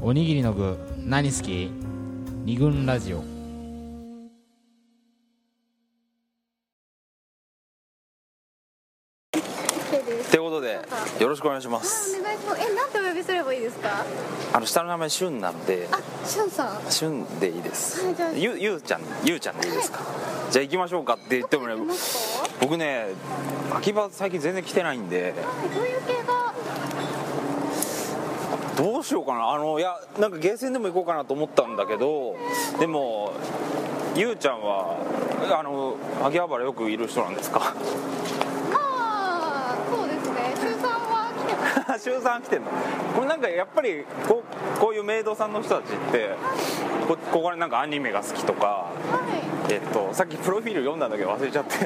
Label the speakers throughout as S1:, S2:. S1: おにぎりの具何好き二軍ラジオ
S2: ということでよろしくお願いします
S3: お願いします。え、なんてお呼びすればいいですか。
S2: あの下の名前しゅんなんで
S3: あ、しゅんさん。
S2: しゅんでいいです
S3: はいじゃあ
S2: ゆゆうちゃんゆうちゃんでいいですかじゃあ行きましょうかって言ってもね
S3: いますか。
S2: 僕ね秋葉最近全然来てないんで
S3: はい、どういう系が。
S2: どうしようかなあのいやなんかゲーセンでも行こうかなと思ったんだけどでもゆうちゃんはあの秋葉原よくいる人なんですか
S3: まあ、そうですね。しゅんさんは来てます。
S2: しゅんさん来てんのこれなんかやっぱりこうこういうメイドさんの人たちってこここになんかアニメが好きとか
S3: は
S2: えっと、さっきプロフィール読んだんだけど忘れちゃって
S3: い。そ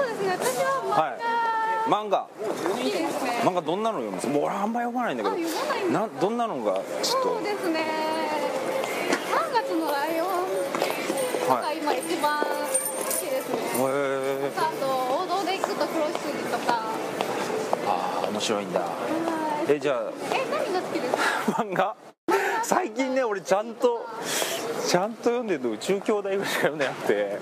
S3: うですね。私は
S2: 漫画
S3: 漫画好きですね。
S2: 漫画どんなの読むんですかもう俺あんま読まないんだ
S3: あ、
S2: け
S3: 読まない
S2: ど
S3: んだ。
S2: などんなのがちょっ
S3: そう
S2: と
S3: ですね。三月のライオンが
S2: はいへ
S3: 今一番好きですね。
S2: え
S3: あと王道で行くと黒筋とか。
S2: ああ面白いんだ
S3: はい。
S2: えじゃ
S3: え、何が好きですか。
S2: あ漫画最近ね俺ちゃんとちゃんと読んでるの宇宙兄弟ぐらいしか読んでなくて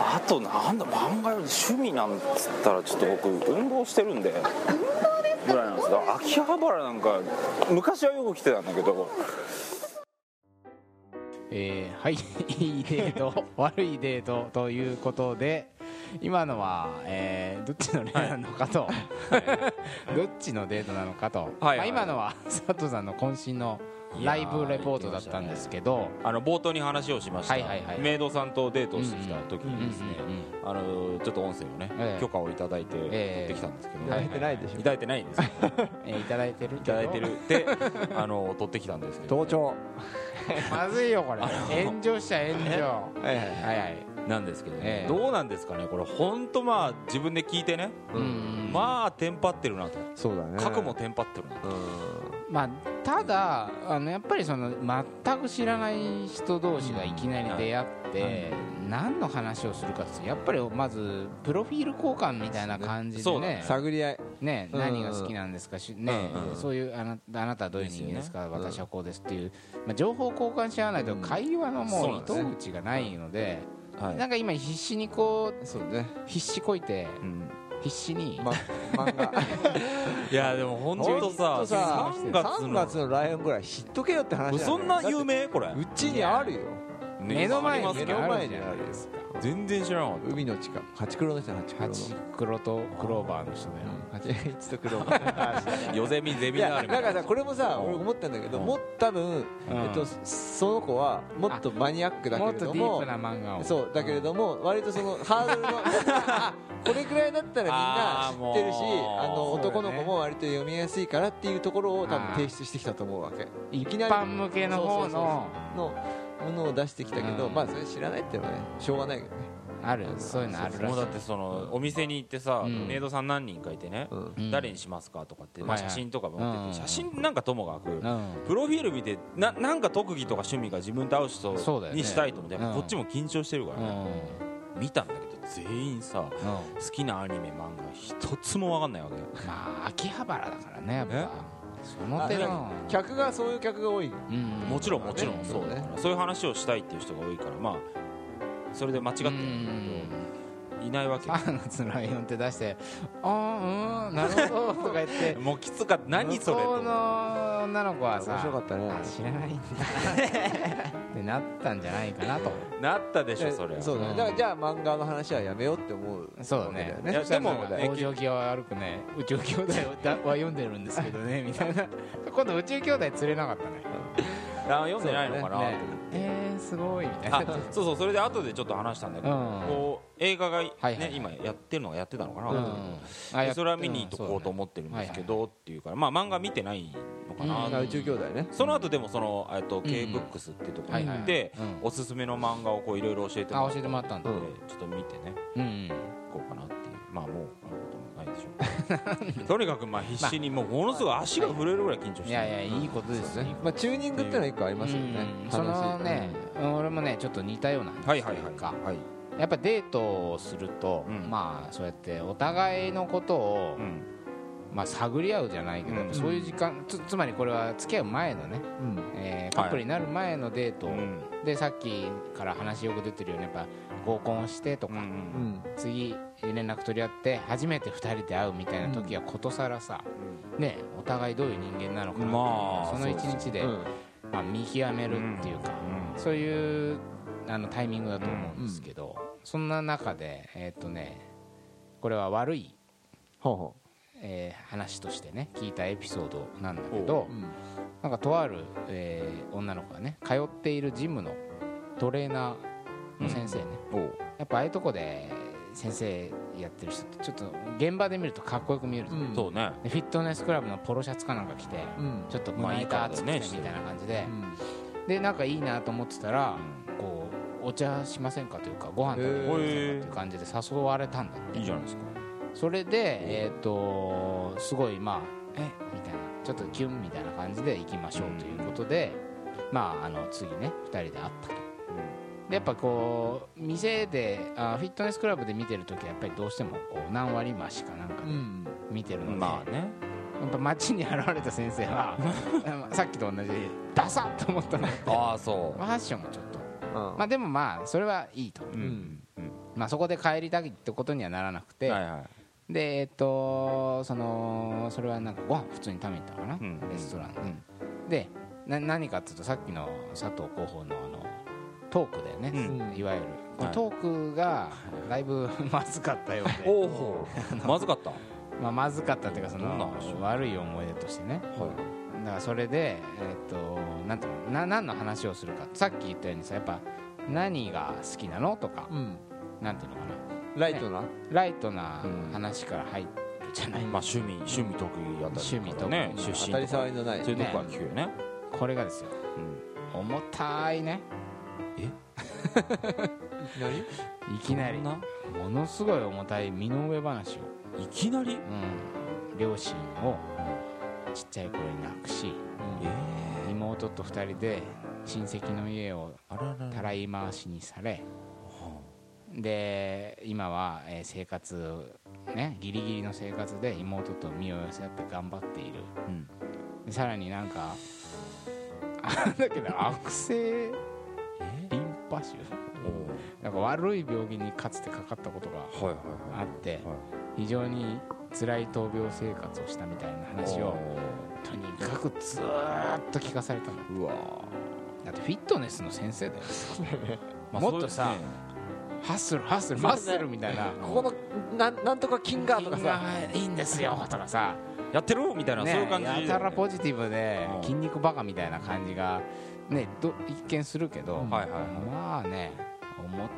S2: あとなんだ漫画より趣味なんつったらちょっと僕運動してるんで
S3: 運動ですか。
S2: ぐらいなんですよ秋葉原なんか昔はよく来てたんだけど
S1: えー、はい いいデート悪いデートということで今のは、えーどっちの例なのかと、どっちのデートなのかと、
S4: はい
S1: まあ
S4: はい
S1: 今のは佐藤さんの渾身のライブレポートだったんですけど、
S4: あの冒頭に話をしました、
S1: はいはいはい
S4: メイドさんとデートをしてきた時にですね、
S1: うんうんうん
S4: あのちょっと音声をね、
S1: ええ
S4: 許可をいただいて持ってきたんですけど、
S1: ええはいはい
S5: ないでし
S4: いただいてないんですけど
S1: えーいただいてる
S4: い
S1: けど
S4: ただいてるであの取ってきたんですけど、
S5: 盗聴
S1: まずいよこれ炎上しちゃ炎上
S5: はいはい
S1: はいはい
S4: なんですけどね、
S1: ええ
S4: どうなんですかねこれ本当まあ自分で聞いてね、
S1: うん
S4: まあテンパってるなと
S5: そうだね
S4: 過去もテンパってるなと、
S1: まあ、ただあのやっぱりその全く知らない人同士がいきなり出会って、何の話をするかってやっぱりまずプロフィール交換みたいな感じ
S4: そ
S1: で
S4: うだね
S1: ね
S5: 探り合い
S1: ね
S5: うん
S1: 何が好きなんですかし、ね
S4: うんうん
S1: そういうあなあなたはどういう人間ですか
S5: よね
S1: 私はこうですっていう、まあ、情報交換し合わないと会話のもう糸
S4: そうなん
S1: 口がないので、
S4: はい
S1: なんか今必死にこう
S5: そうね
S1: 必死こいて
S4: うん
S1: 必死に、
S5: ま漫画
S4: いやでも本当
S5: ほ
S4: さ
S5: んとさ
S4: 3月の
S5: 3月のライオンぐらい知っとけよって話だ
S4: そ
S5: よね
S4: んな有名これ
S5: だってうちにあるよ
S4: ね
S1: 目の前に
S4: あ
S1: あ
S4: ります
S1: る
S4: け
S1: じ
S4: ど
S1: ゃ
S5: 目の前にあ
S1: ない
S5: る
S1: ですか
S4: 全然知らなかっ
S5: 海の近く八黒の人八黒の
S1: 八黒とクローバーの人だよ、
S5: 八一と黒の
S4: たヨゼミゼ
S5: い
S4: ミナー
S5: や
S4: ルみた
S5: だか
S4: いな
S5: らさこれもさ
S4: うん
S5: 俺思ったんだけど
S4: うん
S5: もっ多分
S1: うん
S5: えっとその子はもっとマニアックだけ
S1: も
S5: れ
S1: っと
S5: ど
S1: ディー
S5: も
S1: プな漫画を
S5: そうだけれども割とそのハードルのあこれくらいだったらみんな知ってるし
S4: あーもう
S5: あの
S1: そうだね
S5: 男の子も割と読みやすいからっていうところを多分
S1: あー
S5: 提出してきたと思うわけ
S1: 一
S5: いきなり
S1: 般向けの方
S5: そうそう
S1: の
S5: のものを出してきたけど、
S1: うん
S5: まあそれ知らないっていうのはねしょうがないけどね、
S1: あるそういうのあるら
S4: も
S1: し
S4: う
S1: い
S4: だってそのお店に行ってさ、
S1: うん
S4: メイドさん何人かいてね、
S5: うん
S1: うん
S4: 誰にしますかとかって、まあ、
S1: はいは
S4: 写
S1: い
S4: 真とか持ってて、
S1: うん
S4: 写真なんかともかく、
S1: うん
S4: プロフィール見てななんか特技とか趣味が自分と合う
S1: そう
S4: 人
S1: だよね
S4: にしたいと思って、やっぱ
S1: うん
S4: こっちも緊張してるから
S1: うんう
S4: ね、
S1: ん
S4: 見たんだけど全員さ好きなアニメ漫画一つも分かんないわけよ
S1: まあ秋葉原だからねやっ
S4: え
S1: ぱその手の
S5: 客がそういう客が多い
S1: うん
S4: もちろん
S5: まあ
S4: も
S5: ね
S4: ちろんそうだから、そういう話をしたいっていう人が多いからまあそれで間違って
S1: う
S4: なんいんだけどいないわけよ
S1: 3月のライオンって出して「あーうんなるほ ど」とか言って
S4: もうきつかった何それ
S1: 向こう
S4: と
S1: の女の子は
S5: 面白
S1: さ
S5: かったね
S1: あ知らないんだ ってなったんじゃないかなと
S4: なったでしょ
S5: え
S4: それは
S5: そうだ
S1: う
S5: ね
S1: ん
S5: だからじゃあ漫画の話はやめようって思う
S1: そうだね
S5: わけ
S4: い や
S1: そしたら
S4: でも
S1: なんか
S4: ね
S1: 往生際は悪くね宇宙兄弟をだは読んでるんですけどねみたいな今度宇宙兄弟釣れなかったね
S4: あ読んでないのかな、
S5: そうだね
S1: えー、すごいみたいな
S4: あそうそうそれで後でちょっと話したんだけど、
S1: うん
S4: こう映画が、ね
S1: はいはい
S4: 今やってるのがやってたのか な、
S1: うん
S4: で
S1: あやっ
S4: それは見に行っとこうと思ってるんですけど、っていうからまあ漫画見てないのかな、
S1: う
S5: あ宇宙兄弟ね
S4: その後でもその、えっと
S1: ん
S4: K ブックスっていうところ
S1: はい
S4: に
S1: はい
S4: 行って、
S1: うん
S4: おすすめの漫画をこういろいろ教えてもら
S1: あ教えてもらったんだ
S4: のでちょっと見てね
S1: うんうん
S4: こうかなっていうまあもうあることもないでし ょうとにかくまあ必死にもうものすごい足が震えるぐらい緊張してる
S1: いやいやいいことですよ
S5: まあチューニングってのは一個ありますよね
S1: うん
S5: 話
S1: そのね、俺もねちょっと似たような話
S4: はい
S1: と
S4: はい
S1: い
S4: は
S1: う
S4: い
S1: か、
S4: はい、
S1: やっぱデートをすると、
S4: うん
S1: まあそうやってお互いのことを、
S4: うん
S1: まあ、探り合うじゃないけど、
S4: うん
S1: そういう時間つつまりこれは付き合う前のね、
S5: うん
S1: えーカ
S4: はい
S1: ップルになる前のデート、
S4: うん
S1: でさっきから話よく出てるようにやっぱ合コンをしてとか、
S5: うん
S1: 次連絡取り合って初めて2人で会うみたいな時はことさらさ、ねお互いどういう人間なのかなっていうのを
S4: まあ
S1: その1日で、まあ、見極めるっていうか、そういうあのタイミングだと思うんですけど、そんな中でえーっとねこれは悪い、
S5: ほうほ
S1: えー話としてね聞いたエピソードなんだけ
S5: う
S1: ど、
S5: うん
S1: なんかとある、えー女の子がね通っているジムのトレーナーの先生ね、やっぱああいうとこで先生やってる人ってちょっと現場で見るとかっこよく見えるじゃない
S5: うん
S4: そうね
S1: でフィットネスクラブのポロシャツかなんか着て、
S5: うん
S1: ちょっと
S4: まあ
S1: 胸板厚くて
S4: いい体して
S1: み
S4: る
S1: たいな感じで
S5: う、ん
S1: でなんかいいなと思ってたら、こうお茶しませんかというかご飯食べませんかっていう感じで誘われたんだって
S4: いいじゃないですか
S1: それでえっ、とすごいまあえみたいなちょっとキュンみたいな感じで行きましょうということで、まああの次ね2人で会ったと。でやっぱこう店であフィットネスクラブで見てる時はやっぱりどうしてもこう何割増しかなんか
S5: う
S1: で
S5: ん
S1: 見てるので、
S4: まあね
S1: やっぱ街に現れた先生はまあ さっきと同じダサッと思ったの
S4: ああそ
S1: ファッションもちょっと
S5: あ
S1: まあでもまあそれはいいと、
S4: ううん
S1: まあ、そこで帰りたいってことにはならなくて、
S4: はいはい
S1: でえっとそのそれはなんかご飯普通に食べに行ったのかな、
S4: うん
S1: レストランで、でな何かっていうとさっきの佐藤候補のあのトークだよね、
S5: うん
S1: いわゆる、
S4: はい
S1: トークがだいぶ まずかったようで、
S4: おお まずかった
S1: まあ、まずかったっていうかそ
S4: どんな
S1: の
S4: 話
S1: 悪い思い出としてねだからそれで、えっとなんていうのな何の話をするかさっき言ったようにさやっぱ何が好きなのとか、
S5: うん
S1: なんていうのかな
S5: ライトな
S1: ライトな話から入るじゃない、
S4: まあ趣味趣味得意あたり
S1: 趣味得意
S4: ね出
S5: 当
S4: 身
S5: たり
S4: とか
S5: 障りのない
S4: そういうとこは聞くよね
S1: これがですよ
S4: うん
S1: 重たいね
S5: 何
S1: いきなり
S4: そん
S1: ものすごい重たい身の上話を、
S4: いきなり
S1: うん、両親をちっちゃい頃に亡くし
S4: ええ
S1: 妹と2人で親戚の家を
S4: あらら
S1: たらい回しにされで今は、えー生活ねギリギリの生活で妹と身を寄せ合って頑張っている
S4: うん
S1: でさらになん かあなんだけど悪性
S4: え
S1: リンパ腫なんか悪い病気にかつてかかったことが
S4: はいはい
S1: あ
S4: は
S1: って
S4: いは
S1: 非常に辛い闘病生活をしたみたいない話をとにかくずーっと聞かされたの
S4: おーうわ
S1: だってフィットネスの先生だよ
S4: まあ
S1: もっとさ
S4: そうですね
S1: ハッスルハッスルマッスルみたいな
S5: ここのなんなんとか金がとかさ
S1: いいんですよとかさ
S4: やってるみたいなそういう感じ
S1: ねやたらポジティブで
S4: うん
S1: 筋肉バカみたいな感じがねど一見するけど、
S4: はいはいはい
S1: まあね重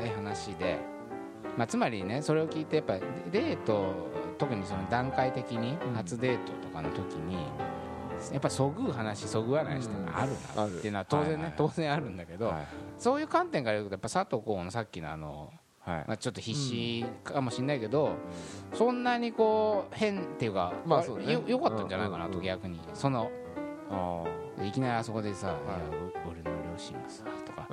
S1: たい話で、まあ、つまりねそれを聞いてやっぱデート特にその段階的に
S5: ん
S1: 初デートとかの時にやっぱそぐう話そぐわない話ってあるなっていうのは当然ね、
S4: はいはい
S1: 当然あるんだけど、
S4: はい
S1: そういう観点から言うとやっぱ佐藤浩のさっきのあの
S4: はい
S1: まあ、ちょっと必死かもしれないけど、そんなにこう変っていうか、
S5: まあそうね
S1: よよかったんじゃないかな
S5: うんうん
S1: と
S5: うん
S1: 逆に、その
S4: あ
S1: いきなりあそこでさ「いやお俺の両親がさ」とか、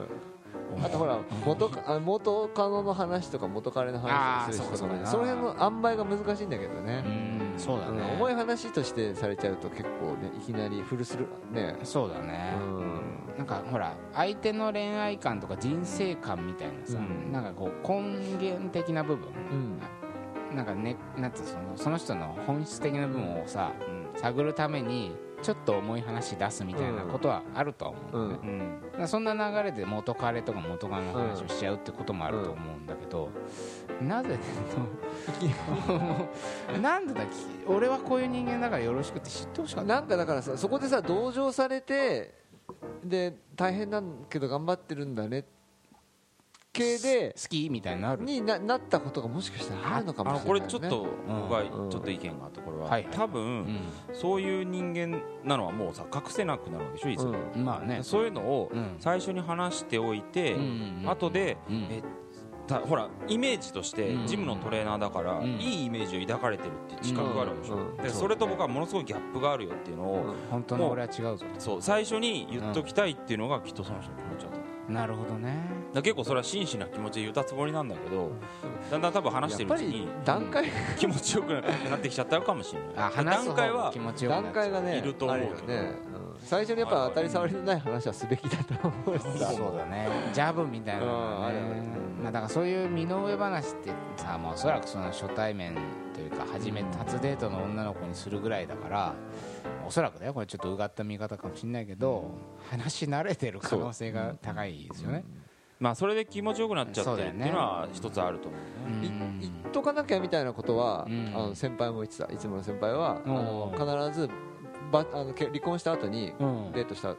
S5: あとほら元カあ元カノの話とか元彼の話をする人とか
S1: あーそうかそう
S5: ね
S1: か
S5: その辺の塩梅が難しいんだけどね
S1: うんそうだ
S5: うん
S1: ね、
S5: 重い話としてされちゃうと結構ねいきなりフルするね
S1: そうだ
S5: う
S1: ね、
S5: ん
S1: なんかほら相手の恋愛観とか人生観みたいなさ、
S4: うん
S1: なんかこう根源的な部分
S5: うん
S1: なんかねなんていうのそのその人の本質的な部分をさ
S4: あうん
S1: 探るためにちょっと重い話出すみたいなことはあるとは思う、
S5: うん
S4: うん
S1: だからそんな流れで元彼とか元カノの話をしちゃうってこともあると思うんだけど、なぜもうなんでだ俺はこういう人間だからよろしくって知ってほしかった
S5: なんかだからさそこでさ同情されてで大変なんけど頑張ってるんだね系で
S1: 好きみたいになる
S5: にななったことがもしかしたらあるのか
S4: あ
S5: も
S4: の
S5: しれない、ね、
S4: これちょっと
S1: ん
S4: 僕はちょっと意見があってこれ
S1: は
S4: はい
S1: はい
S4: 多
S1: う
S4: 分そういう人間なのはもうさ隠せなくなるわけでしょいつ
S5: う
S4: も
S5: ん
S1: んまあね
S4: そういうのを
S1: うん
S4: 最初に話しておいて
S1: うんうんうん
S4: 後で
S1: うん
S4: えたほらイメージとして
S1: うん
S4: ジムのトレーナーだから
S1: うん
S4: いいイメージを抱かれてるっていう自覚があるわけでし
S5: う
S4: ょ
S5: ん
S4: でそれと僕はものすごいギャップがあるよっていうのを
S5: うん
S1: 本当の俺は違うぞ
S4: そう最初に言っときたいっていうのがきっとその人の気持ちだった
S1: なるほどね
S4: ら結構それは真摯な気持ちで言ったつもりなんだけどだんだん多分話して
S5: や
S4: る
S5: っ
S4: う
S5: ぱ
S4: ち
S5: り
S4: に
S5: 段階
S4: 気持ちよくなってきちゃったかもしれな
S1: あ
S4: い
S1: 話す
S4: 段階
S1: 方が
S4: は
S1: 気持ちよくな
S5: 段
S1: っちゃ
S5: 階
S1: う
S5: がね
S4: いると思
S5: あ
S4: う
S5: る
S4: け
S5: よ
S4: ど
S5: ね、うん最初にやっぱ当たり障りのない話はすべきだと思うしさ
S1: そうだねジャブみたいなのがね
S5: うんあるある
S1: まあ、だからそういう身の上話ってさもうおそらくその初対面というか初め初デートの女の子にするぐらいだからおそらくねこれちょっとうがった見方かもしれないけど話慣れてる可能性が高いですよね。
S4: まあそれで気持ちよくなっちゃってるっていうのは一つあると思うね
S1: うん
S5: い言っとかなきゃみたいなことは、
S1: うん
S5: あの先輩も言ってたいつもの先輩は、
S1: うん
S5: あの必ずばあのけ離婚した後に
S1: うん
S5: デートした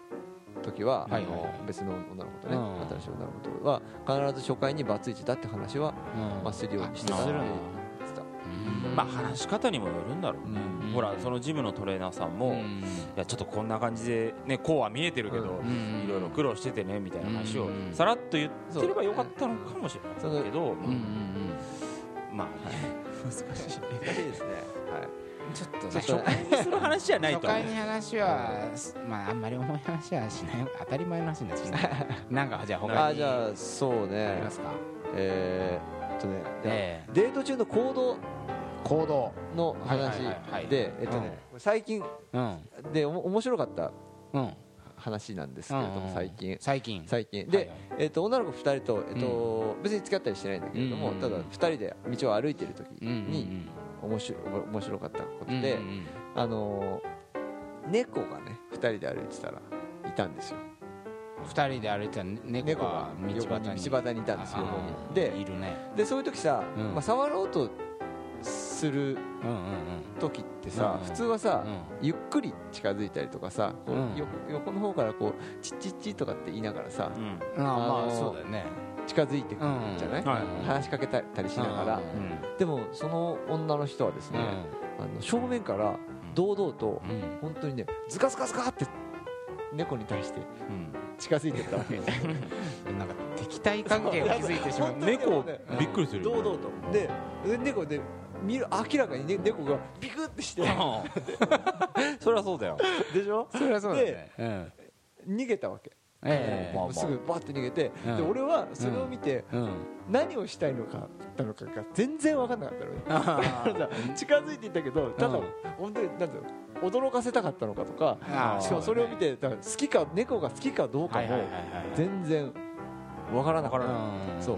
S5: 時は、
S1: はいはい
S5: あの別の女の子とね、
S1: うん
S5: 新しい女の子とは必ず初回にバツイチだって話は、
S1: うん
S5: まあ、するようにしてた
S1: あ
S5: って
S1: す
S5: 言
S1: る
S5: っ
S1: んだ
S5: てた
S4: まあ話し方にもよるんだろうね
S1: うん
S4: ほらそのジムのトレーナーさんも、
S1: うん
S4: いやちょっとこんな感じで、ね、こうは見えてるけど、
S1: ん
S4: いろいろ苦労しててねみたいな話を
S1: うん
S4: さらっと言ってればよかったのかもしれないけど、
S1: うんうんうん
S4: まあ、難しい
S5: 難しいですね、はい
S1: ちょっとね
S5: ちょっとね
S4: その話じゃない
S1: 初
S4: と思う
S1: 回に話は、まあ、あんまり重い話はしない当たり前の話になってきた なんかじゃあ他に
S5: あじゃあそう
S1: あり
S5: ね
S1: ますか、
S5: えーえっとね、
S1: ええ
S5: デート中の行動
S1: 行動
S5: の
S1: は
S5: 話
S1: いはいはいはい
S5: でえっとね、最近
S1: うん
S5: でおも面白かった
S1: うん
S5: 話なんですけれども、最近
S1: 最近
S5: 最近で、
S1: はいはい
S5: えっと女の子2人と、えっと別に付き合ったりしてないんだけれども、
S1: うんうんうん
S5: ただ2人で道を歩いてる時
S1: うんうん
S5: に面白面白かったこと
S1: うん
S5: で、
S1: うんうん
S5: あのー猫がね2人で歩いてたらいたんですよ
S1: 二人で歩いてた猫
S5: 猫
S1: が
S5: が
S1: 道端
S5: 横
S1: に
S5: に道端にいたんですよ
S1: あー
S5: で
S1: いるね
S5: でそういう時さ、
S1: うん
S5: まあ、触ろうとす
S1: うんう
S5: る
S1: んうん
S5: 時ってさ、
S1: うん
S5: 普通はさ、
S1: うん
S5: ゆっくり近づいたりとかさこう
S1: うん
S5: よ横の方からこうチッチッチッとかって言いながらさ
S4: うん
S1: あーま
S5: あ
S1: あ
S5: のー
S1: そうだよね
S5: 近づいてくるじゃない、
S4: うんはい
S5: 話しかけたりしながら、
S1: うん
S5: でもその女の人はですね、あの正面から堂々と
S1: うんうん
S5: 本当にねズカズカズカって猫に対して
S4: うん
S5: 近づい てったわけ
S1: うんなんか敵対関係を築いてしまう
S5: 本当にで
S4: 猫
S5: もね
S4: びっくりする
S5: 堂
S4: よね
S5: 々とでで猫で見る明らかに、ね、猫がビクってして
S4: それはそうだよ
S5: でしょ
S1: それはそうだよねうん
S5: 逃げたわけ、
S1: ええ
S4: まあまあ
S5: すぐバッて逃げて、
S1: うん
S5: で俺はそれを見て、
S1: うん
S5: 何をしたいのかなのかが全然分かんなかったのね
S1: あー
S5: だから近づいていったけどただ
S1: うん
S5: 本当になんだろう驚かせたかったのかとか
S1: あー
S5: しかもそれを見てだから好きか猫が好きかどうか
S1: はいはい
S5: も
S1: はいはい
S5: 全然分からなかった
S1: うん
S5: そう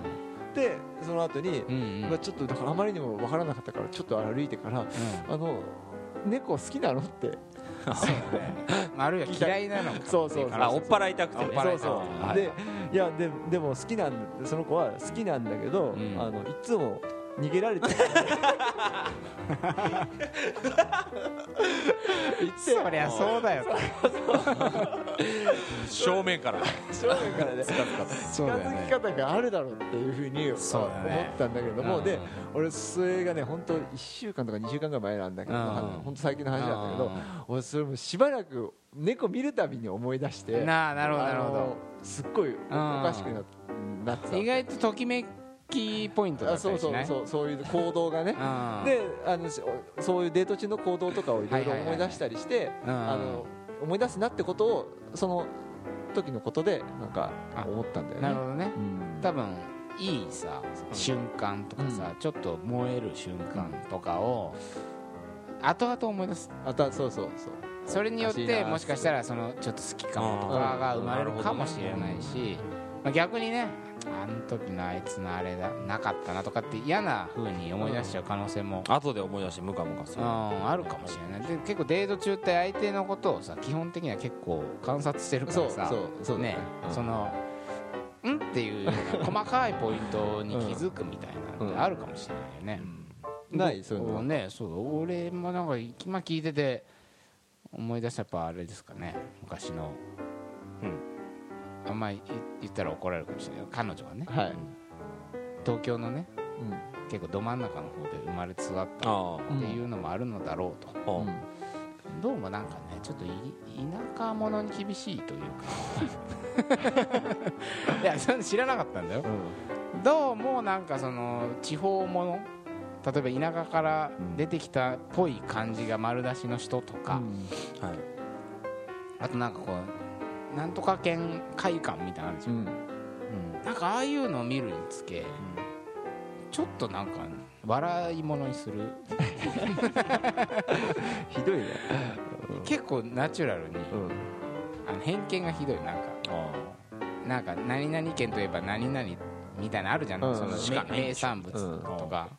S5: でその後に
S1: う、んうん
S5: まあ、ちょっとだからあまりにも分からなかったからちょっと歩いてからあの猫好きなのって
S1: まああるいは嫌いなのか
S5: そうそうそう
S4: あ追っ払いたくて
S1: 追っ
S4: ね
S1: 払
S5: そ
S1: い
S5: う
S1: たくて
S5: そ
S1: は
S5: う
S1: い
S5: でいやででも好きなんその子は好きなんだけど、
S1: ん
S5: あのいつも逃げられてる言って
S1: そりゃそうだよ
S4: 正面から
S5: 正面から ね
S1: そ
S5: 近
S1: うだよ
S5: づ
S1: ね
S5: き方があるだろうっていうふうに
S1: そうだね
S5: 思ったんだけど
S1: う
S5: も
S1: ん
S5: で俺それがね本当1週間とか2週間ぐらい前なんだけど
S1: うん
S5: 本当最近の話なんだけ
S1: う
S5: ど
S1: ん
S5: 俺それもしばらく猫見るたびに思い出して
S1: なあなるほどなるほ
S5: あの
S1: ど
S5: すっごいおかしくななってた
S1: 意外とときめきポイントだ
S5: あ
S1: った
S5: そう
S1: りし
S5: そ
S1: な
S5: う
S1: い
S5: そうそういう行動がね
S1: うん
S5: であのしおそういうデート中の行動とかをいろいろ
S1: はいはいはいは
S5: 思
S1: い
S5: い出したりして
S1: うん
S5: あの思い出すなってことをその時のことでなんか思ったんだよ
S1: な
S5: ね
S1: るほどね
S5: うん
S1: 多分いいさ瞬間とかさちょっと燃える瞬間とかを後々思い出す
S5: あとはそうそうそう
S1: それによっ
S5: おかしい
S1: て
S5: な
S1: もしかしたらそのちょっと好きかもとかが生まれるかもしれないし、まあ、逆にねあの時のあいつのあれだなかったなとかって嫌な風に思い出しちゃう可能性も
S4: 後で思い出してムカムカす
S1: う
S4: る
S1: ん、あるかもしれないで結構デート中って相手のことをさ基本的には結構観察してるからさ
S5: そうそうそうだね
S1: ね
S5: うん
S1: そのんっていうような細かいポイントに気づくみたいなのってあるかもしれないよね、
S5: ないそういうの
S1: こねそう俺もなんか今聞いてて思い出したやっぱあれですかね昔のうんあんまり言ったら怒られるかもしれないけど彼女がね
S5: はい、
S1: 東京のね
S5: うん
S1: 結構ど真ん中の方で生まれ育った
S4: ああ
S1: っていうのもあるのだろうと、
S4: あ
S5: うん
S1: どうもなんかねちょっとい田舎者に厳しいという かいやそれ知らなかったんだよどうもなんかその地方者例えば田舎から出てきたっぽい感じが丸出しの人とか、あとなんかこうなんとか県会館みたいなのあるんです
S5: う
S1: よ、
S5: ん
S1: なんかああいうのを見るにつけ、ちょっとなんか笑いものにする
S5: ひどいね
S1: 結構ナチュラルに、
S5: うん
S1: あの偏見がひどいなんか
S4: あ
S1: なんか何々県といえば何々みたいなのあるじゃない、
S5: うん
S1: その
S4: しか
S1: め
S4: ないでしょ
S1: 名産物とか、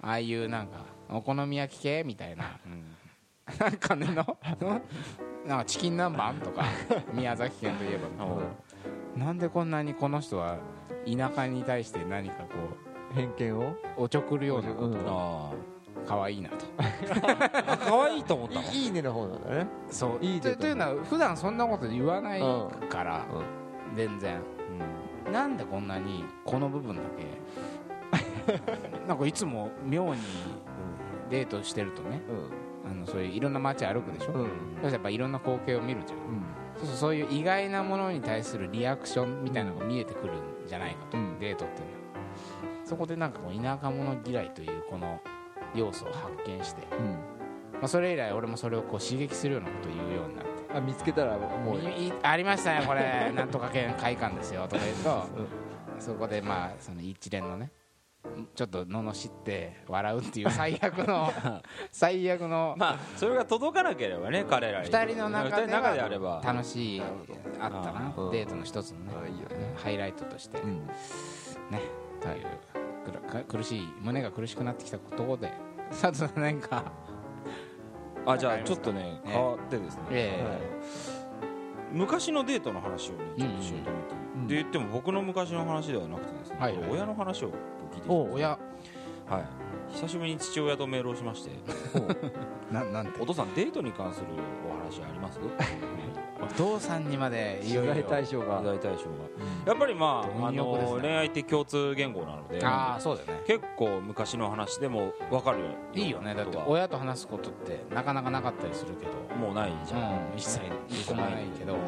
S1: ああいうなんかお好み焼き系みたいな、なんかねのなんかチキン南蛮とか宮崎県といえばみたいななんでこんなにこの人は田舎に対して何かこ
S5: 偏見を
S1: うおちょくるようなこ
S5: うん
S1: と
S4: あ
S1: 可愛いなと
S4: あ可愛いと思ったの
S5: いいいねの方なんだね
S1: そう
S5: いい
S1: と
S5: デート
S1: というのは普段そんなこと言わないから、
S5: うんう
S1: 全然、なんでこんなにこの部分だ けなんかいつも妙にデートしてるとね
S5: うん
S1: あのそういういろんな街歩くでしょ、
S5: う
S1: そ
S5: ん
S1: したらやっぱいろんな光景を見るじゃんそうそうそういう意外なものに対するリアクションみたいなのが見えてくるんじゃないかと、
S5: うん
S1: デートっていうのはそこでなんかこう田舎者嫌いというこの要素を発見して、
S5: うん
S1: まあ、それ以来俺もそれをこう刺激するようなことを言うようになって。
S5: あ見つけたらもう
S1: いいありましたねこれ なんとか県会館ですよとか言うとそこでまあその一連のねちょっと罵って笑うっていう最悪の最悪の
S4: まあそれが届かなければね彼らに
S1: 2人の中で
S4: 二人の中であれ
S1: は
S4: ば
S1: 楽しいあったな
S5: うん
S1: デートの一つのね
S5: あいいよね
S1: ハイライトとして
S5: う
S1: ね
S5: ん
S1: というくるか苦しい胸が苦しくなってきたところで 佐藤さんなんか
S4: あじゃあちょっとね
S1: ええ
S4: 変わってですね、
S1: ええ
S4: はい昔のデートの話をねちょっとしようと思って、
S5: うんうん
S4: で言っても僕の昔の話ではなくてですね、
S1: はいはい
S4: これ親の話を聞いて
S1: お親
S4: はい、久しぶりに父親とメールをしまして
S1: ななん
S4: 「お父さんデートに関するお話あります?」
S1: お父さんにまでいよい
S5: 取
S1: よ
S5: 材対象が
S4: 依頼対象がやっぱりまああ
S1: 貪欲ですね
S4: の恋愛って共通言語なので
S1: ああそうだよね
S4: 結構昔の話でも分かるようない
S1: いよねだって
S4: ことが
S1: 親と話すことってなかなかなかったりするけど、
S4: もうないじゃん、
S1: うん、一切聞かないけど、うん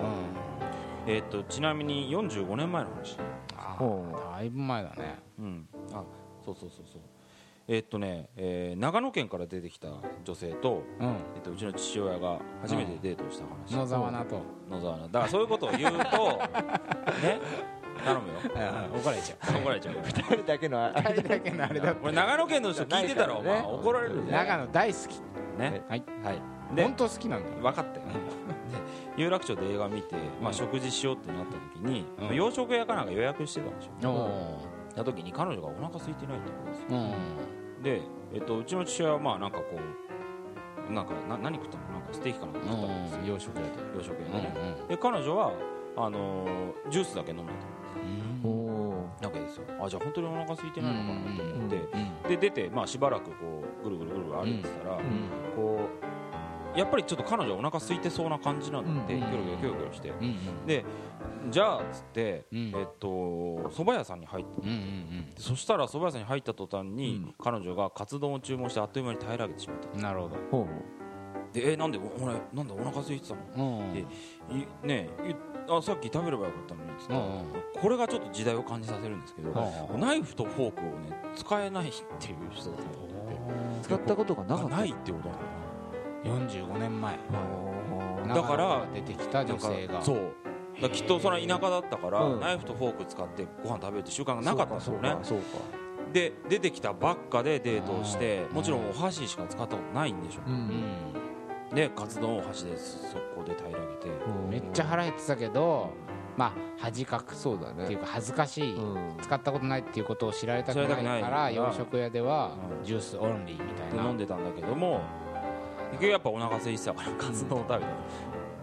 S4: えー、とちなみに45年前の話
S1: あ
S5: うん
S1: ーだいぶ前だね
S4: うんあそうそうそうそうえー、っとね、えー長野県から出てきた女性と,、
S1: うん
S4: えー、とうちの父親が初めてデートをした話、
S1: 野沢菜と
S4: 野沢菜だからそういうことを 言うとね頼むよ
S1: 怒られちゃ
S4: 怒られちゃうから
S5: 二人だけのあ
S1: うあれだけのあれだ
S4: これ長野県の人聞いてたらお前怒られるね
S1: 長野大好き
S4: ね
S1: はい
S4: はいで
S1: 本当好きなんだよ
S4: 分かったよ で有楽町で映画見て、まあ、食事しようってなった時に、
S1: うん
S4: まあ洋食屋かなんか予約してたんでしょ
S1: おお
S4: な時に彼女がお腹空いてないって言うんですよ
S1: ーうん
S4: で、えっと、うちの父親はまあなんかこうなんかな何食ったのなんかステーキかなんか食ったんですよ
S1: うん洋食だと
S4: 洋食屋
S1: う
S4: で
S1: ん
S4: ね、で彼女はあのージュースだけ飲んだ
S1: う
S5: お
S1: ん
S5: お
S4: わけですよあじゃあ本当にお腹空いてないのかなと思って、
S1: うん
S4: で出て、まあ、しばらくこうぐるぐるぐるぐる歩いてたら、こうやっぱりちょっと彼女お腹空いてそうな感じなんで、
S5: うん
S4: キョロキョロキョロキョロして、
S1: うん
S4: でじゃあっつって、
S1: うん
S4: えっと蕎麦屋さんに入って
S1: うんうんうん
S4: そしたら蕎麦屋さんに入った途端に、
S1: うん
S4: 彼女がカツ丼を注文してあっという間に平らげてしまった
S1: うんなるほど
S5: ほう
S4: でえーなんでお前なんだお腹空いてたの
S1: うん
S4: でいねえいあさっき食べればよかったのにっつって、
S1: うんうん
S4: これがちょっと時代を感じさせるんですけど、
S1: うんうん
S4: ナイフとフォークをね使えないっていう人だと思って
S5: 使ったことがなか
S4: あ
S5: った
S4: ないってことなのかな
S1: 45年前
S5: あ
S4: だから
S1: 長野出てきた
S4: なん
S1: 女
S4: か
S1: 性が
S4: そうだからきっとその田舎だったから、
S5: うん
S4: ナイフとフォーク使ってご飯食べるって習慣が
S5: ー
S4: なかったんですよね
S5: そうかそうか
S4: で出てきたばっかでデートをして
S1: うん
S4: もちろんお箸しか使ったことないんでしょ
S5: う
S1: うんん
S4: でカツ丼をお箸で速攻で平らげて
S1: めっちゃ腹減ってたけどまあ恥かく
S5: そうだね
S1: っていうか恥ずかしい、
S5: うん
S1: 使ったことないっていうことを知られたく
S4: 知られたく
S1: な
S4: ないい
S1: から洋食屋では
S4: うん
S1: ジュースオンリーみたい
S4: で飲
S1: な
S4: んでたんだけども結局やっぱお腹空いてたからカツ丼を食べた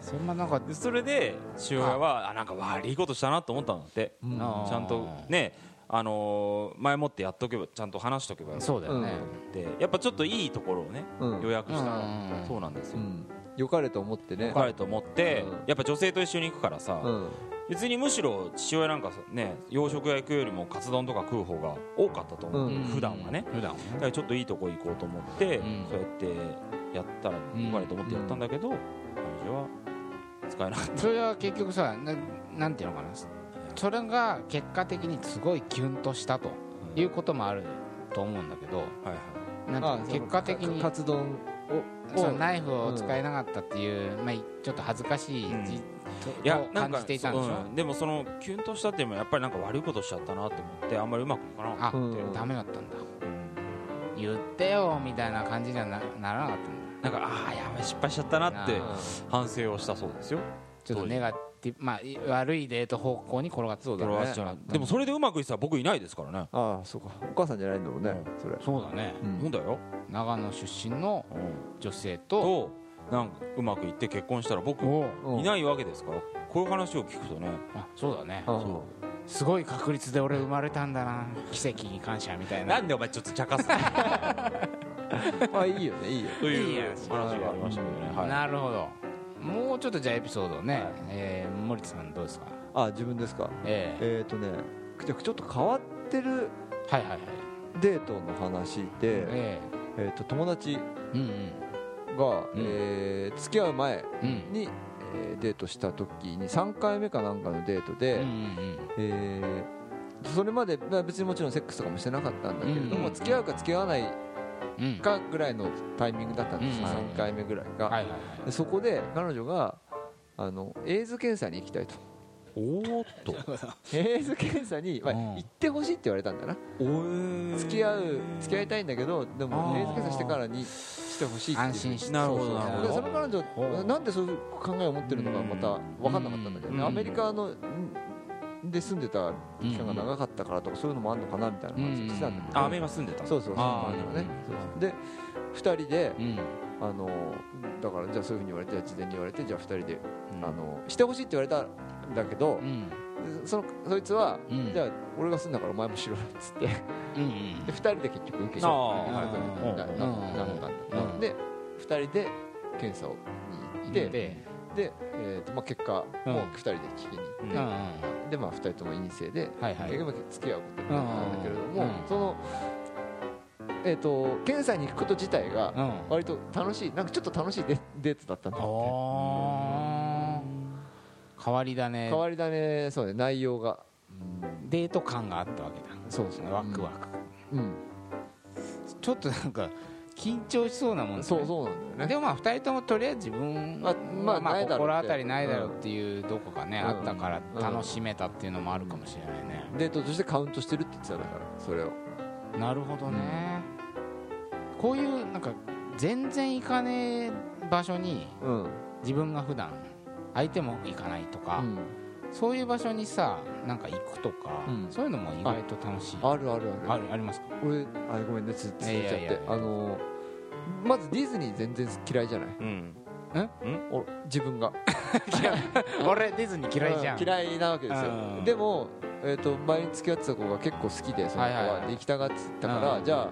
S1: そんななんか
S4: でそれで父親はあなんか悪いことしたなと思ったんだって
S5: うん
S1: あー
S4: ちゃんとねあのー前もってやっとけばちゃんと話しとけばよかった
S1: そうだよね
S4: ってやっぱちょっといいところをね
S5: うん
S4: 予約した
S1: うん
S4: そうなんです
S5: う
S4: よ
S5: ん良かれと思ってね
S4: 彼と思って
S5: うん
S4: やっぱ女性と一緒に行くから
S5: う
S4: さ
S5: ん
S4: 別にむしろ父親なんかさね洋食屋行くよりもカツ丼とか食う方が多かったと思う
S5: うん
S4: 普段はね
S1: 普段は
S4: だ
S1: ね
S4: からちょっといいとこ行こうと思って
S1: うん
S4: そうやってやったら
S1: ん
S4: 良かれと思ってやったんだけど彼女は使えなかっ
S1: それは結局さななんていうのかなそれが結果的にすごいキュンとしたということもあると思うんだけど
S4: たはいはい
S1: なんていうの
S5: あ
S1: 結果的に
S5: カツ丼を
S1: そのナイフを使えなかったっていう、まあ、ちょっと恥ずかしいじ、
S4: いや
S1: と
S4: なん
S1: 感
S4: か
S1: じていたんでしょ
S4: そううんでもそのキュンとしたっていうのはやっぱりなんか悪いことしちゃったなと思ってあんまりうまくいかなかった
S1: あ、
S5: うん
S1: ダメだったんだ
S4: うん
S1: 言ってよみたいな感じにはなならなかったん
S4: なんかああやべ失敗しちゃったな
S1: だ
S4: って
S1: なあ
S4: 反省をしたそうですよ
S1: ちょっとネガティブまあい悪いデート方向に転がってそうだ
S4: これは
S1: ね
S4: ちょっとでもそれでうまくいってたら僕いないですからね
S5: ああそうかお母さんじゃないんだもんねそれ
S1: そうだね
S5: うん
S4: そうだよ
S1: 長野出身の女性と
S4: となんかうまくいって結婚したら僕
S1: おう
S5: うん
S4: いないわけですからこういう話を聞くとね
S1: あそうだね
S5: ああ
S1: すごい確率で俺生まれたんだな奇跡に感謝みたいな
S4: なんでお前ちょっと茶化すの
S5: あいいよねいいよ
S4: と
S1: いい
S4: いう
S1: や
S4: 話がありましたけどねはい
S1: なるほどもうちょっとじゃあエピソードをね、えー森田さんどうですか
S5: あ自分ですか
S1: ええ
S5: えっ、ー、とねじゃあちょっと変わってる
S1: はいはいはい
S5: デートの話で、
S1: え
S5: えー、と友達
S1: えうん
S5: が、
S1: うん
S5: えー付き合う前
S1: うんうん
S5: に、えーデートした時に3回目かなんかのデートで、
S1: うんうん
S5: えーそれまでまあ別にもちろんセックスとかもしてなかったんだけれども、
S1: うん
S5: 付き合うか付き合わない
S1: うんうん
S5: かぐらいのタイミングだったんです、
S1: うん
S5: 3回目ぐらいが、
S1: はいはいはい
S5: でそこで彼女があのエイズ検査に行きたいと
S4: おーっと
S5: エイズ検査に、まあ
S1: うん
S5: 行ってほしいって言われたんだな
S4: おー
S5: 付き合う付き合いたいんだけどでも
S1: あー
S5: エイズ検査してからにしてほしいっていう
S1: 安心して
S4: なるほど
S5: そう
S4: なる
S5: そう
S4: ほ
S5: で
S4: ど
S5: その彼女なんでそういう考えを持ってるのかまた分かんなかったんだけどね
S1: うん
S5: アメリカのんで住んでた期間が長かったからとかそういうのもあるのかなみたいな話をしてたんだけど
S4: あアメが住んでた
S5: そうそうそう
S4: あ
S5: そう
S4: ー
S5: な
S4: なんる
S5: だ
S4: ほ
S5: よ
S4: ど
S5: ねそうで2人で
S1: うん
S5: あのだからじゃあそういうふうに言われてじゃあ事前に言われてじゃあ2人で
S1: うん
S5: あのしてほしいって言われたんだけど
S1: うん
S5: そのそいつは
S1: うん
S5: じゃあ俺が住んだからお前もしろよっつって
S1: うんうん
S5: で2人で結局受け
S4: あ
S5: な
S4: ー
S5: なななのか
S1: うん
S5: で2人で検査をに行ってで、
S1: で
S5: えーとまあ、結果を
S1: うん
S5: 2人で聞きに
S4: う
S1: うんんうん
S4: は
S5: 行ってで、まあ、2人とも陰性で
S1: はいはい
S5: 結局付き合うことになったんだけれども、
S1: うん
S5: その、えー、と検査に行くこと自体
S1: う
S5: が
S1: ん
S5: 割と楽しいなんかちょっと楽しいデデートだったんだって
S1: あー変わりだね
S5: 変わりだねそうね内容が
S1: デート感があったわけだ
S5: そうですね
S1: ワクワク
S5: ク、うん
S1: ちょっとなんか緊張しそうなもんね
S5: そうそうなんだよね
S1: でもまあ2人ともとりあえず自分
S5: まあ
S1: は
S5: まあ
S1: まあ
S5: ないだろうって
S1: 心当たりないだろうっていうどこかね
S5: うん
S1: あったから
S5: うん
S1: 楽しめたっていうのもあるかもしれないね
S5: デートとしてカウントしてるって言ってたんだからそれを
S1: なるほどねこういうなんか全然行かねえ場所に
S5: うん、
S1: 自分が普段相手も行かないとか
S5: うん
S1: そういう場所にさなんか行くとか
S5: うん
S1: そういうのも意外と楽しい
S5: あるあるある
S1: あるありますか
S5: 俺あごめんねつ続いちゃっ
S1: いやいやい
S5: て
S1: や
S5: あのまずディズニー全然嫌いじゃない
S4: うん
S5: お自分が
S1: 俺ディズニー嫌いじゃん
S5: うん嫌いなわけですよ
S1: うん
S5: でもえっと前に付き合ってた子が結構好きでその子
S1: はいはい
S5: は
S1: はい
S5: で行きたがってたか
S1: う
S5: ら
S1: ん
S5: じゃ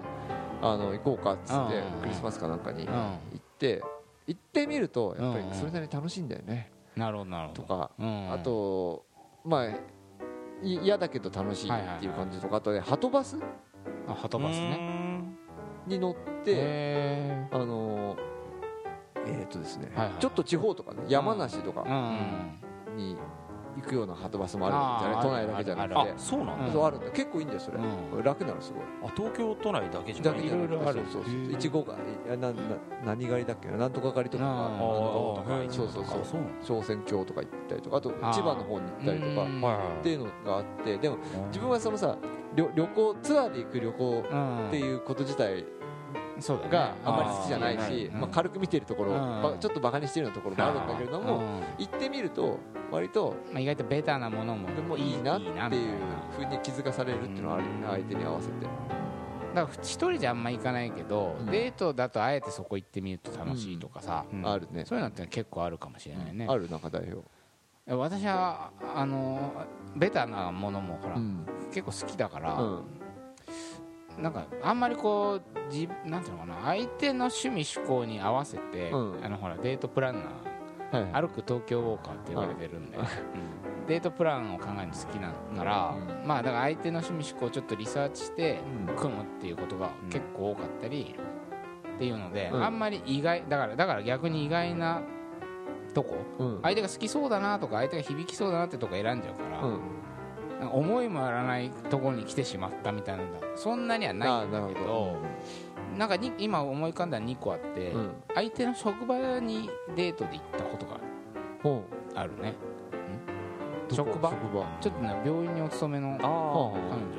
S5: ああの行こうかっつって
S1: うん
S5: クリスマスかなんかに
S1: う
S5: 行って行ってみるとやっぱり
S1: うん
S5: それなりに楽しいんだよね
S1: んなるほどなるほ
S5: と
S1: ど
S5: か
S1: うん
S5: あとまあい嫌だけど楽しいっていう感じとかあとねはとバス
S1: あはとバスね
S5: に乗って
S1: へ
S5: あのーえーっとですね、
S1: はいはい
S5: ちょっと地方とかね山梨と
S1: ーうんう
S5: か
S1: ん
S5: に行くようなハトバスもあるんじゃない、
S1: あー
S5: 都内だけじゃな
S1: あ
S4: あ
S5: くて
S4: そうなん
S1: る
S4: だ
S5: そうあるんだ結構いいんだよそれ、
S1: うん
S5: 楽なのすごい
S4: あ東京都内だけじゃ
S5: だ
S4: な
S5: け
S4: い
S5: じ
S1: い
S5: ゃな
S1: ろ
S5: く
S1: い
S5: て
S1: ろある
S5: そうそう
S1: へー
S5: いちごがいやなな何狩りだっけななんとか狩りとか
S1: うん
S5: あのとかそうそうそ
S4: あ
S5: う
S4: そうなん
S5: 昇仙峡とか行ったりとかあと
S1: あー
S5: 千葉の方に行ったりとか
S1: うん
S4: だはいはい
S5: っていうのがあってでも
S4: はい
S5: 自分はそのさ旅旅行ツアーで行く旅行
S1: うん
S5: っていうこと自体
S1: そうだね
S5: があんまり好きじゃないし、
S1: うん
S5: まあ、軽く見てるところ、
S1: うん
S5: ばちょっとバカにしてるようなところもあるんだけれども、
S1: うん
S5: 行ってみると割と
S1: まあ、意外とベタなものも
S5: でもいいなって
S1: いいな
S5: いう
S1: みたいな
S5: 風に気づかされるっていうのはあるよね相手に合わせて
S1: だから一人じゃあんま行かないけど、
S5: うん
S1: デートだとあえてそこ行ってみると楽しいとかさ、
S4: うん
S5: あるね
S1: そういうのって結構あるかもしれないね、
S5: ある中代表
S1: 私はあのベタなものもほら、
S5: うん
S1: 結構好きだから、
S5: うん
S1: なんかあんまりこうじなんていうのかな相手の趣味趣向に合わせて、
S5: うん
S1: あのほらデートプランナ
S5: はい
S1: ー歩く東京ウォーカーって言われてるんで、うんデートプランを考えるの好きなから、
S5: う
S1: まあだから相手の趣味趣向をちょっとリサーチして、
S5: うん
S1: 組むっていうことが結構多かったり、っていうので、
S5: うん
S1: あんまり意外だからだから逆に意外なとこ
S5: うん
S1: 相手が好きそうだなとか相手が響きそうだなってとこ選んじゃうから、
S5: うん
S1: なんか思いもやらないところに来てしまったみたいなのがそんなにはないんだけ
S5: あーなる
S1: どなんかに今思い浮かんだの2個あって、
S5: うん
S1: 相手の職場にデートで行ったことが
S5: ほ
S1: あるね
S5: う
S1: 職場ちょっとね病院にお勤めの彼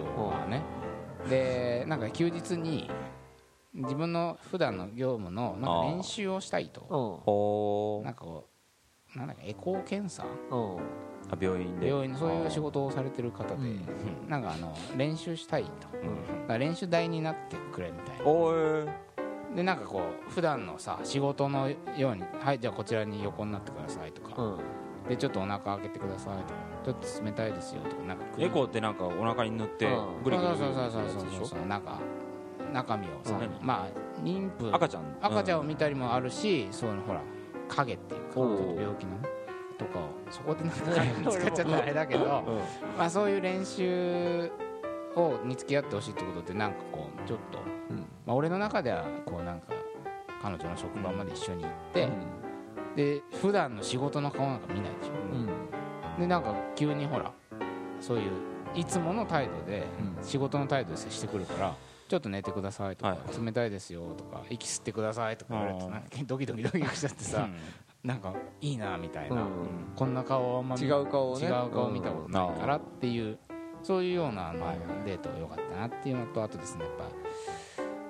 S1: 女はねでなんか休日に自分の普段の業務のなんか練習をしたいと
S4: ほ
S1: なんかこうなんだっけエコー検査
S5: うん
S4: あ病院で
S1: 病院のそういう仕事をされてる方で、うんなんかあの練習したいと、だから練習台になってくれみたいな
S4: おー
S1: でなんかこう普段のさ仕事のように「はいじゃあこちらに横になってください」とか、
S5: うん
S1: でちょっとお腹開けてくださいとかちょっと冷たいですよとかなんか
S4: エコーってなんかお腹に塗って
S5: うん
S4: グリグリ
S1: そうそうそう
S4: グリ
S1: そう
S4: グリやつ
S1: そう
S4: でし
S1: そうなんか中身をさ、
S4: うん
S1: まあ妊婦
S4: ょ赤ちゃん
S1: 赤ちゃんを
S4: う
S1: 見たりもあるし、そういうのほら影っていうかち
S5: お
S1: ょ
S5: う
S1: っと病気のとかをそこでなんか影見つかっちゃったらあれだけど、まあ、そういう練習をに付き合ってほしいってことでなんかこうちょっと、
S5: うん
S1: まあ、俺の中ではこうなんか彼女の職場まで一緒に行って、で普段の仕事の顔なんか見ないでしょ、
S5: うん
S1: でなんか急にほらそういういつもの態度で
S5: うん
S1: 仕事の態度で接してくるからちょっと寝てくださいとか、
S4: は
S1: 冷たいですよとか息吸ってくださいとか言われると
S4: うん
S1: なんかドキドキドキドキしちゃってさ、なんかいいなみたいな、
S5: うん
S1: こんな顔はあんま見
S5: 違う顔をね
S1: 違う顔見たことないからっていうそういうようなあのデート良かったなっていうのとあとですねやっぱ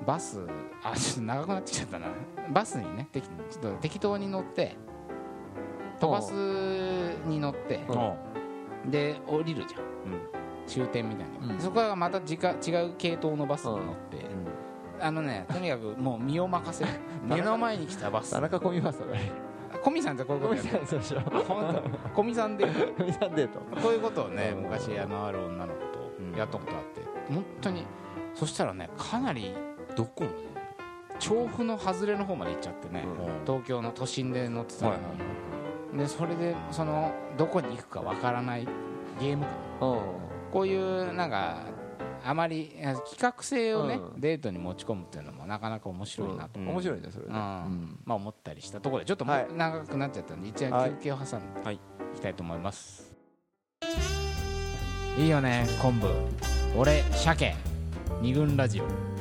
S1: バスあちょっと長くなってきちゃったなバスにねてきちょっと適当に乗って都バスに乗って
S4: うんうん
S1: で降りるじゃん
S4: うん
S1: 終点みたいな、
S5: うん
S1: そこはまた時間違う系統のバスに乗って、あのねとにかくもう身を任せる目の前に来たバス
S5: 田中小見まさん
S1: コミさんってこういうことやる
S5: そうでしょ
S1: 本当コミさんで
S5: 小見さんデート
S1: こういうことをね
S5: うん
S1: 昔あのある女の子
S4: うん
S1: とやったことあって本当にそしたらねかなり
S4: どこ
S1: 調布の外れの方まで行っちゃってね
S4: うん
S1: 東京の都心で乗ってたの
S4: はい
S1: でそれでそのどこに行くかわからないゲームか
S5: う
S1: こういうなんかあまりあ企画性をね
S5: うん
S1: デートに持ち込むっていうのもなかなか面白いなと
S5: ん面白いねそれね
S1: うんまあ思ったりしたところでちょっとも
S5: はいう
S1: 長くなっちゃったんで一応
S5: はい
S1: 休憩を挟んで
S4: はい
S1: いきたいと思います、い、いよね昆布俺鮭二軍ラジオ